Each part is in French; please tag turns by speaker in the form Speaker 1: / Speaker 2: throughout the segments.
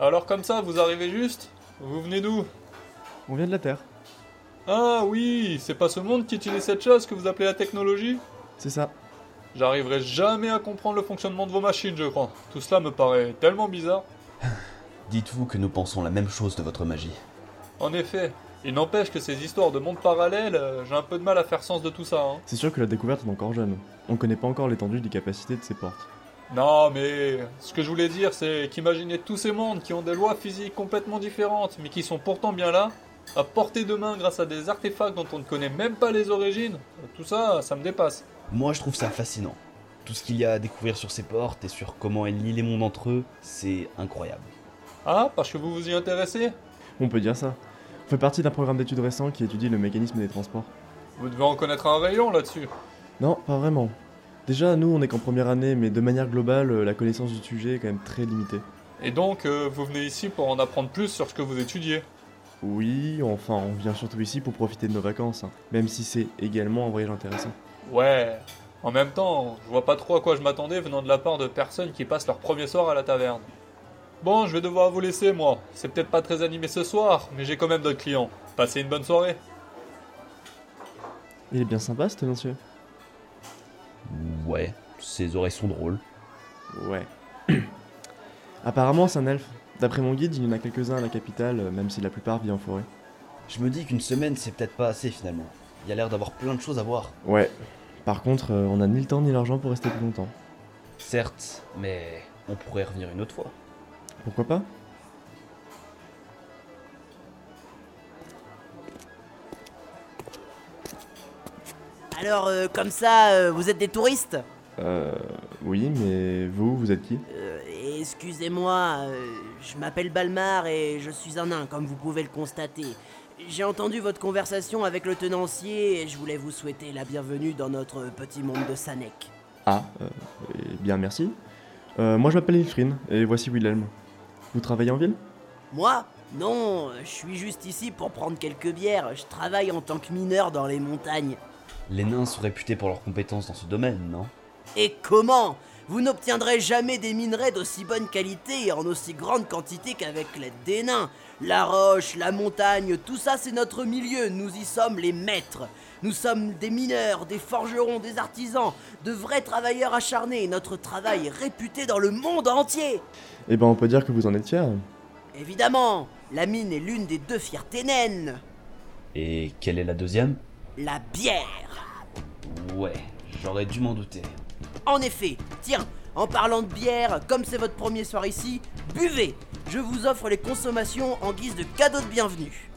Speaker 1: Alors comme ça, vous arrivez juste Vous venez d'où
Speaker 2: On vient de la Terre.
Speaker 1: Ah oui, c'est pas ce monde qui utilise cette chose que vous appelez la technologie
Speaker 2: C'est ça.
Speaker 1: J'arriverai jamais à comprendre le fonctionnement de vos machines, je crois. Tout cela me paraît tellement bizarre.
Speaker 3: Dites-vous que nous pensons la même chose de votre magie.
Speaker 1: En effet, il n'empêche que ces histoires de mondes parallèles, euh, j'ai un peu de mal à faire sens de tout ça. hein.
Speaker 2: C'est sûr que la découverte est encore jeune. On ne connaît pas encore l'étendue des capacités de ces portes.
Speaker 1: Non, mais ce que je voulais dire, c'est qu'imaginer tous ces mondes qui ont des lois physiques complètement différentes, mais qui sont pourtant bien là, à portée de main grâce à des artefacts dont on ne connaît même pas les origines, euh, tout ça, ça me dépasse.
Speaker 3: Moi, je trouve ça fascinant. Tout ce qu'il y a à découvrir sur ces portes et sur comment elles lient les mondes entre eux, c'est incroyable.
Speaker 1: Ah, parce que vous vous y intéressez
Speaker 2: On peut dire ça. On fait partie d'un programme d'études récent qui étudie le mécanisme des transports.
Speaker 1: Vous devez en connaître un rayon là-dessus.
Speaker 2: Non, pas vraiment. Déjà, nous, on est qu'en première année, mais de manière globale, euh, la connaissance du sujet est quand même très limitée.
Speaker 1: Et donc, euh, vous venez ici pour en apprendre plus sur ce que vous étudiez.
Speaker 2: Oui, enfin, on vient surtout ici pour profiter de nos vacances, hein, même si c'est également un voyage intéressant.
Speaker 1: Ouais. En même temps, je vois pas trop à quoi je m'attendais venant de la part de personnes qui passent leur premier soir à la taverne. Bon, je vais devoir vous laisser, moi. C'est peut-être pas très animé ce soir, mais j'ai quand même d'autres clients. Passez une bonne soirée.
Speaker 2: Il est bien sympa, ce monsieur.
Speaker 3: Ouais, ses oreilles sont drôles.
Speaker 2: Ouais. Apparemment, c'est un elfe. D'après mon guide, il y en a quelques-uns à la capitale, euh, même si la plupart vivent en forêt.
Speaker 3: Je me dis qu'une semaine, c'est peut-être pas assez finalement. Il y a l'air d'avoir plein de choses à voir.
Speaker 2: Ouais. Par contre, euh, on n'a ni le temps ni l'argent pour rester plus longtemps.
Speaker 3: Certes, mais on pourrait revenir une autre fois.
Speaker 2: Pourquoi pas
Speaker 4: Alors, euh, comme ça, euh, vous êtes des touristes
Speaker 2: Euh. Oui, mais vous, vous êtes qui
Speaker 4: Euh, Excusez-moi, euh, je m'appelle Balmar et je suis un nain, comme vous pouvez le constater. J'ai entendu votre conversation avec le tenancier et je voulais vous souhaiter la bienvenue dans notre petit monde de Sanek.
Speaker 2: Ah, euh, eh bien merci. Euh, moi je m'appelle Ilfrine et voici Wilhelm. Vous travaillez en ville
Speaker 4: Moi Non, euh, je suis juste ici pour prendre quelques bières. Je travaille en tant que mineur dans les montagnes.
Speaker 3: Les nains sont réputés pour leurs compétences dans ce domaine, non
Speaker 4: Et comment Vous n'obtiendrez jamais des minerais d'aussi bonne qualité et en aussi grande quantité qu'avec l'aide des nains. La roche, la montagne, tout ça c'est notre milieu, nous y sommes les maîtres. Nous sommes des mineurs, des forgerons, des artisans, de vrais travailleurs acharnés et notre travail est réputé dans le monde entier.
Speaker 2: Eh ben on peut dire que vous en êtes fier.
Speaker 4: Évidemment, la mine est l'une des deux fiertés naines.
Speaker 3: Et quelle est la deuxième
Speaker 4: La bière.
Speaker 3: Ouais, j'aurais dû m'en douter.
Speaker 4: En effet, tiens, en parlant de bière, comme c'est votre premier soir ici, buvez Je vous offre les consommations en guise de cadeau de bienvenue.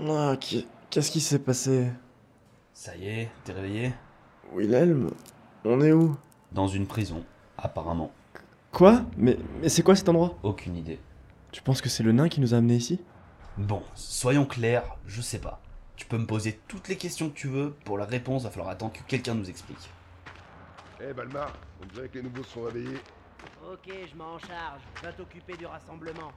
Speaker 2: Ah, qui- qu'est-ce qui s'est passé
Speaker 3: Ça y est, t'es réveillé
Speaker 2: Wilhelm On est où
Speaker 3: Dans une prison, apparemment.
Speaker 2: Quoi Mais, mais c'est quoi cet endroit
Speaker 3: Aucune idée.
Speaker 2: Tu penses que c'est le nain qui nous a amenés ici
Speaker 3: Bon, soyons clairs, je sais pas. Tu peux me poser toutes les questions que tu veux, pour la réponse, va falloir attendre que quelqu'un nous explique.
Speaker 5: Eh Balmar, on dirait que les nouveaux se sont réveillés.
Speaker 4: Ok, je m'en charge. Je vais t'occuper du rassemblement.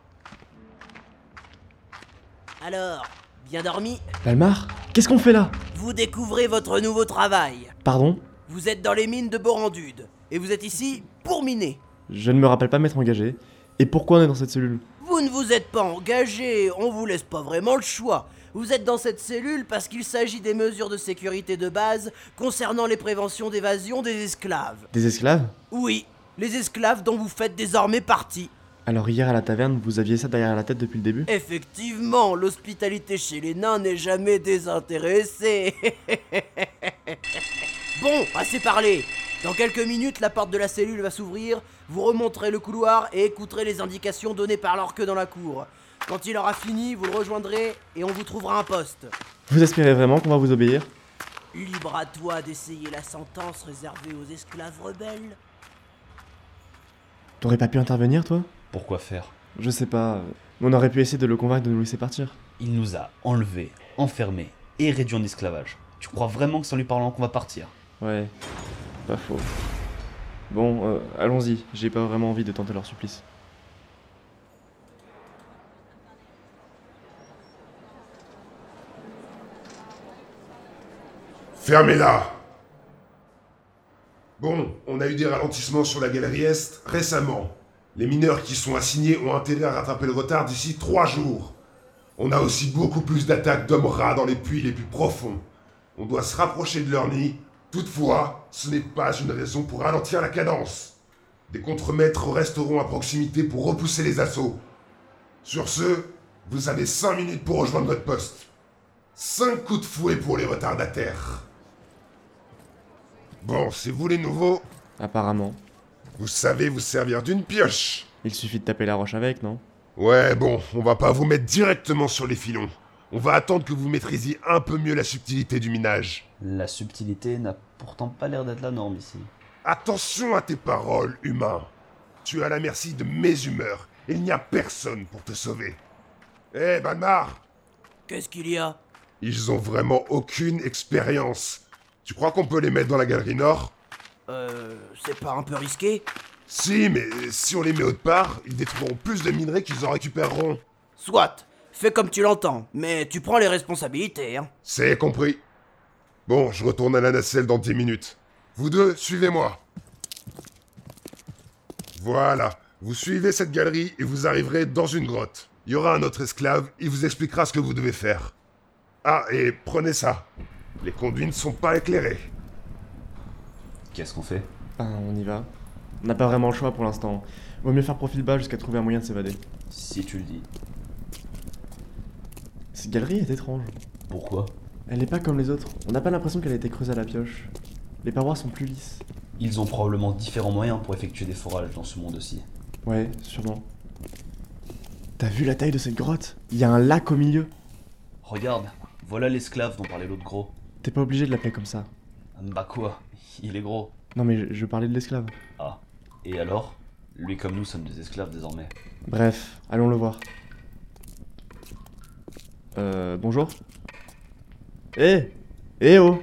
Speaker 4: Alors, bien dormi
Speaker 2: Palmar Qu'est-ce qu'on fait là
Speaker 4: Vous découvrez votre nouveau travail.
Speaker 2: Pardon
Speaker 4: Vous êtes dans les mines de Borandude. Et vous êtes ici pour miner.
Speaker 2: Je ne me rappelle pas m'être engagé. Et pourquoi on est dans cette cellule
Speaker 4: Vous ne vous êtes pas engagé, on vous laisse pas vraiment le choix. Vous êtes dans cette cellule parce qu'il s'agit des mesures de sécurité de base concernant les préventions d'évasion des esclaves.
Speaker 2: Des esclaves
Speaker 4: Oui, les esclaves dont vous faites désormais partie.
Speaker 2: Alors hier à la taverne, vous aviez ça derrière la tête depuis le début
Speaker 4: Effectivement, l'hospitalité chez les nains n'est jamais désintéressée. bon, assez parlé. Dans quelques minutes, la porte de la cellule va s'ouvrir, vous remonterez le couloir et écouterez les indications données par l'orque dans la cour. Quand il aura fini, vous le rejoindrez et on vous trouvera un poste.
Speaker 2: Vous espérez vraiment qu'on va vous obéir
Speaker 4: Libre à toi d'essayer la sentence réservée aux esclaves rebelles.
Speaker 2: T'aurais pas pu intervenir toi
Speaker 3: Pourquoi faire
Speaker 2: Je sais pas. euh, On aurait pu essayer de le convaincre de nous laisser partir.
Speaker 3: Il nous a enlevés, enfermés et réduits en esclavage. Tu crois vraiment que c'est en lui parlant qu'on va partir
Speaker 2: Ouais, pas faux. Bon, euh, allons-y, j'ai pas vraiment envie de tenter leur supplice.
Speaker 5: Fermez-la Bon, on a eu des ralentissements sur la galerie Est récemment. Les mineurs qui sont assignés ont intérêt à rattraper le retard d'ici trois jours. On a aussi beaucoup plus d'attaques d'hommes rats dans les puits les plus profonds. On doit se rapprocher de leur nid. Toutefois, ce n'est pas une raison pour ralentir la cadence. Des contremaîtres resteront à proximité pour repousser les assauts. Sur ce, vous avez cinq minutes pour rejoindre votre poste. Cinq coups de fouet pour les retardataires. Bon, c'est vous les nouveaux.
Speaker 2: Apparemment.
Speaker 5: Vous savez vous servir d'une pioche.
Speaker 2: Il suffit de taper la roche avec, non
Speaker 5: Ouais, bon, on va pas vous mettre directement sur les filons. On va attendre que vous maîtrisiez un peu mieux la subtilité du minage.
Speaker 3: La subtilité n'a pourtant pas l'air d'être la norme ici.
Speaker 5: Attention à tes paroles, humain. Tu es à la merci de mes humeurs. et Il n'y a personne pour te sauver. Eh, Balmar
Speaker 4: Qu'est-ce qu'il y a
Speaker 5: Ils ont vraiment aucune expérience. Tu crois qu'on peut les mettre dans la galerie nord
Speaker 4: Euh. C'est pas un peu risqué
Speaker 5: Si, mais si on les met autre part, ils détruiront plus de minerais qu'ils en récupéreront.
Speaker 4: Soit, fais comme tu l'entends, mais tu prends les responsabilités, hein.
Speaker 5: C'est compris. Bon, je retourne à la nacelle dans 10 minutes. Vous deux, suivez-moi. Voilà, vous suivez cette galerie et vous arriverez dans une grotte. Il y aura un autre esclave, il vous expliquera ce que vous devez faire. Ah, et prenez ça. Les conduits ne sont pas éclairés.
Speaker 3: Qu'est-ce qu'on fait
Speaker 2: Ben, on y va. On n'a pas vraiment le choix pour l'instant. Vaut mieux faire profil bas jusqu'à trouver un moyen de s'évader.
Speaker 3: Si tu le dis.
Speaker 2: Cette galerie est étrange.
Speaker 3: Pourquoi
Speaker 2: Elle n'est pas comme les autres. On n'a pas l'impression qu'elle a été creusée à la pioche. Les parois sont plus lisses.
Speaker 3: Ils ont probablement différents moyens pour effectuer des forages dans ce monde aussi.
Speaker 2: Ouais, sûrement. T'as vu la taille de cette grotte Il y a un lac au milieu.
Speaker 3: Regarde, voilà l'esclave dont parlait l'autre gros.
Speaker 2: T'es pas obligé de l'appeler comme ça.
Speaker 3: Bah quoi Il est gros.
Speaker 2: Non mais je, je parlais de l'esclave.
Speaker 3: Ah. Et alors Lui comme nous sommes des esclaves désormais.
Speaker 2: Bref, allons le voir. Euh, bonjour. Eh Eh oh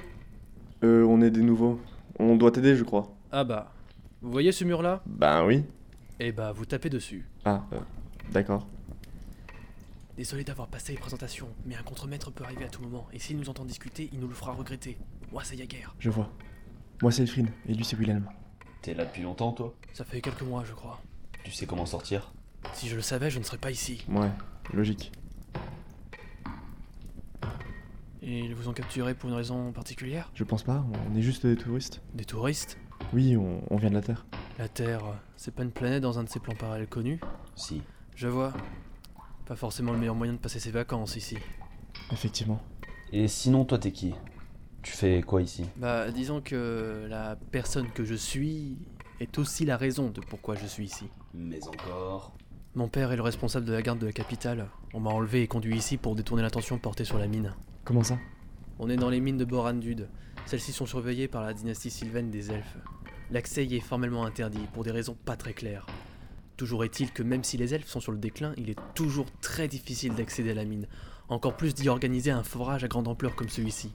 Speaker 2: Euh, on est des nouveaux. On doit t'aider, je crois.
Speaker 6: Ah bah, vous voyez ce mur-là
Speaker 2: Ben oui.
Speaker 6: Eh bah, vous tapez dessus.
Speaker 2: Ah, euh, d'accord.
Speaker 6: Désolé d'avoir passé les présentations, mais un contremaître peut arriver à tout moment, et s'il nous entend discuter, il nous le fera regretter. Moi, ça y a guerre.
Speaker 2: Je vois. Moi c'est Elfrine, et lui c'est Willem.
Speaker 3: T'es là depuis longtemps toi
Speaker 6: Ça fait quelques mois, je crois.
Speaker 3: Tu sais comment sortir
Speaker 6: Si je le savais, je ne serais pas ici.
Speaker 2: Ouais, logique.
Speaker 6: Et ils vous ont capturé pour une raison particulière
Speaker 2: Je pense pas, on est juste des touristes.
Speaker 6: Des touristes
Speaker 2: Oui, on, on vient de la Terre.
Speaker 6: La Terre, euh, c'est pas une planète dans un de ses plans parallèles connus
Speaker 3: Si.
Speaker 6: Je vois. Pas forcément le meilleur moyen de passer ses vacances ici.
Speaker 2: Effectivement.
Speaker 3: Et sinon toi t'es qui Tu fais quoi ici
Speaker 6: Bah, disons que la personne que je suis est aussi la raison de pourquoi je suis ici.
Speaker 3: Mais encore.
Speaker 6: Mon père est le responsable de la garde de la capitale. On m'a enlevé et conduit ici pour détourner l'attention portée sur la mine.
Speaker 2: Comment ça
Speaker 6: On est dans les mines de Borandud. Celles-ci sont surveillées par la dynastie sylvaine des elfes. L'accès y est formellement interdit pour des raisons pas très claires. Toujours est-il que même si les elfes sont sur le déclin, il est toujours très difficile d'accéder à la mine, encore plus d'y organiser un forage à grande ampleur comme celui-ci.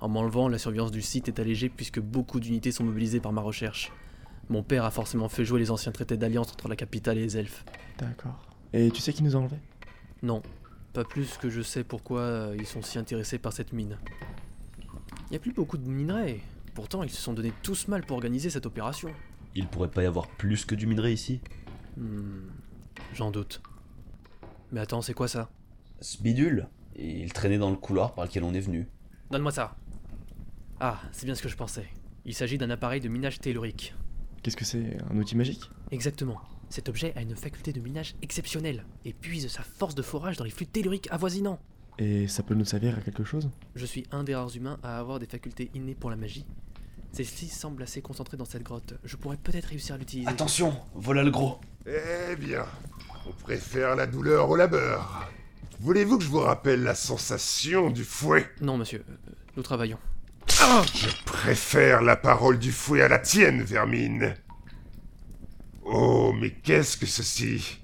Speaker 6: En m'enlevant, la surveillance du site est allégée puisque beaucoup d'unités sont mobilisées par ma recherche. Mon père a forcément fait jouer les anciens traités d'alliance entre la capitale et les elfes.
Speaker 2: D'accord. Et tu sais qui nous a enlevés
Speaker 6: Non, pas plus que je sais pourquoi euh, ils sont si intéressés par cette mine. Il n'y a plus beaucoup de minerais. Pourtant, ils se sont donnés tous mal pour organiser cette opération.
Speaker 3: Il pourrait pas y avoir plus que du minerai ici
Speaker 6: Hmm, J'en doute. Mais attends, c'est quoi ça
Speaker 3: Ce bidule Et il traînait dans le couloir par lequel on est venu.
Speaker 6: Donne-moi ça Ah, c'est bien ce que je pensais. Il s'agit d'un appareil de minage tellurique.
Speaker 2: Qu'est-ce que c'est Un outil magique
Speaker 6: Exactement. Cet objet a une faculté de minage exceptionnelle et puise sa force de forage dans les flux telluriques avoisinants.
Speaker 2: Et ça peut nous servir à quelque chose
Speaker 6: Je suis un des rares humains à avoir des facultés innées pour la magie. Celle-ci semble assez concentrée dans cette grotte. Je pourrais peut-être réussir à l'utiliser.
Speaker 3: Attention Voilà le gros
Speaker 5: Eh bien, on préfère la douleur au labeur. Voulez-vous que je vous rappelle la sensation du fouet
Speaker 6: Non, monsieur. euh, Nous travaillons.
Speaker 5: Je préfère la parole du fouet à la tienne, Vermine. Oh, mais qu'est-ce que ceci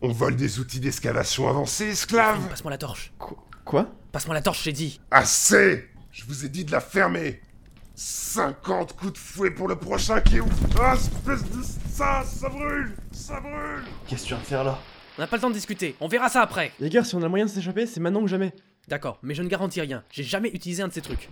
Speaker 5: On vole des outils d'excavation avancés,
Speaker 6: Fini,
Speaker 5: esclaves
Speaker 6: Passe-moi la torche.
Speaker 2: Quoi
Speaker 6: Passe-moi la torche, j'ai dit.
Speaker 5: Assez Je vous ai dit de la fermer 50 coups de fouet pour le prochain qui ouvre Ah, espèce de... Ça, ça brûle Ça brûle
Speaker 3: Qu'est-ce que tu viens de faire là
Speaker 6: On n'a pas le temps de discuter. On verra ça après.
Speaker 2: Les gars, si on a moyen de s'échapper, c'est maintenant ou jamais.
Speaker 6: D'accord, mais je ne garantis rien. J'ai jamais utilisé un de ces trucs.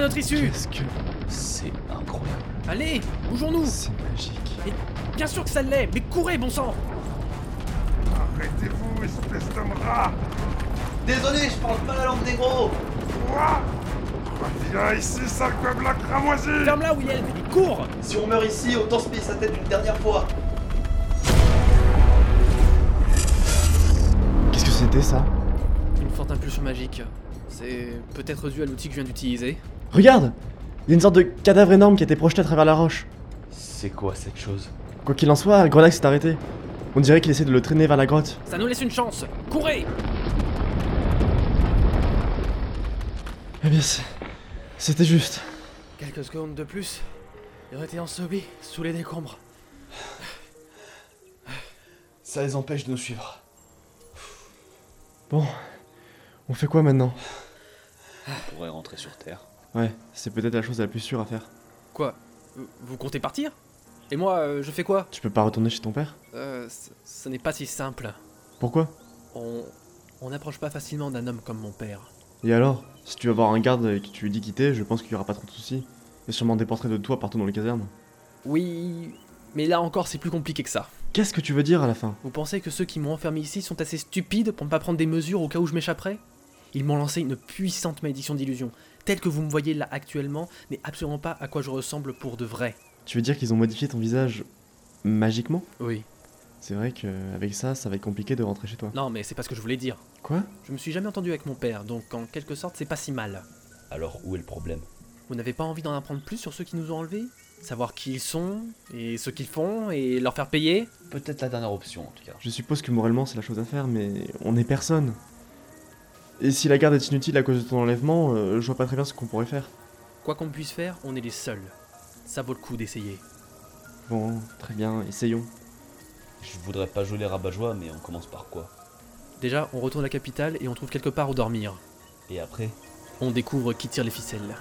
Speaker 6: notre issue
Speaker 7: Qu'est-ce que
Speaker 3: C'est incroyable.
Speaker 6: Allez, bougeons-nous
Speaker 7: c'est magique
Speaker 6: Bien sûr que ça l'est, mais courez, bon sang
Speaker 5: Arrêtez-vous, espèce d'homme rat
Speaker 3: Désolé, je parle pas la langue des gros
Speaker 5: Quoi Reviens ici, sale la cramoisi
Speaker 6: Ferme-la, Wilhelm, et cours
Speaker 3: Si on meurt ici, autant se payer sa tête une dernière fois
Speaker 7: Qu'est-ce que c'était ça
Speaker 6: Une forte impulsion magique. C'est peut-être dû à l'outil que je viens d'utiliser.
Speaker 2: Regarde Il y a une sorte de cadavre énorme qui a été projeté à travers la roche.
Speaker 3: C'est quoi cette chose
Speaker 2: Quoi qu'il en soit, Grenax s'est arrêté. On dirait qu'il essaie de le traîner vers la grotte.
Speaker 6: Ça nous laisse une chance Courez
Speaker 2: Eh bien, c'est- c'était juste.
Speaker 6: Quelques secondes de plus, et on était ensevelis sous les décombres.
Speaker 3: Ça les empêche de nous suivre.
Speaker 2: Bon, on fait quoi maintenant
Speaker 8: On pourrait rentrer sur Terre.
Speaker 2: Ouais, c'est peut-être la chose la plus sûre à faire.
Speaker 6: Quoi Vous- Vous comptez partir Et moi, euh, je fais quoi
Speaker 2: Tu peux pas retourner chez ton père
Speaker 6: Euh, ce- ce n'est pas si simple.
Speaker 2: Pourquoi
Speaker 6: On... On n'approche pas facilement d'un homme comme mon père.
Speaker 2: Et alors Si tu vas voir un garde et que tu lui dis quitter, je pense qu'il y aura pas trop de soucis. Et sûrement des portraits de toi partout dans les casernes.
Speaker 6: Oui, mais là encore, c'est plus compliqué que ça.
Speaker 2: Qu'est-ce que tu veux dire à la fin
Speaker 6: Vous pensez que ceux qui m'ont enfermé ici sont assez stupides pour ne pas prendre des mesures au cas où je m'échapperais Ils m'ont lancé une puissante malédiction d'illusion, telle que vous me voyez là actuellement, n'est absolument pas à quoi je ressemble pour de vrai.
Speaker 2: Tu veux dire qu'ils ont modifié ton visage magiquement
Speaker 6: Oui.
Speaker 2: C'est vrai que avec ça, ça va être compliqué de rentrer chez toi.
Speaker 6: Non, mais c'est pas ce que je voulais dire.
Speaker 2: Quoi
Speaker 6: Je me suis jamais entendu avec mon père, donc en quelque sorte, c'est pas si mal.
Speaker 3: Alors où est le problème
Speaker 6: Vous n'avez pas envie d'en apprendre plus sur ceux qui nous ont enlevés Savoir qui ils sont, et ce qu'ils font, et leur faire payer
Speaker 3: Peut-être la dernière option en tout cas.
Speaker 2: Je suppose que moralement c'est la chose à faire, mais on est personne. Et si la garde est inutile à cause de ton enlèvement, euh, je vois pas très bien ce qu'on pourrait faire.
Speaker 6: Quoi qu'on puisse faire, on est les seuls. Ça vaut le coup d'essayer.
Speaker 2: Bon, très bien, essayons.
Speaker 3: Je voudrais pas jouer les rabat-joie, mais on commence par quoi
Speaker 6: Déjà, on retourne à la capitale et on trouve quelque part où dormir.
Speaker 3: Et après
Speaker 6: On découvre qui tire les ficelles.